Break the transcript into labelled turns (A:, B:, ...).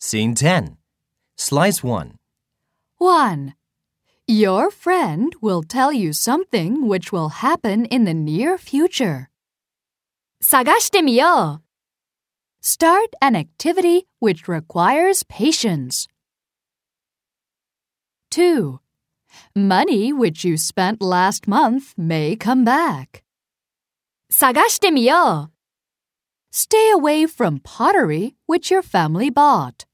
A: Scene 10. Slice 1.
B: 1. Your friend will tell you something which will happen in the near future. "探してみよう." Start an activity which requires patience. 2. Money which you spent last month may come back. "探してみよう." Stay away from pottery which your family bought.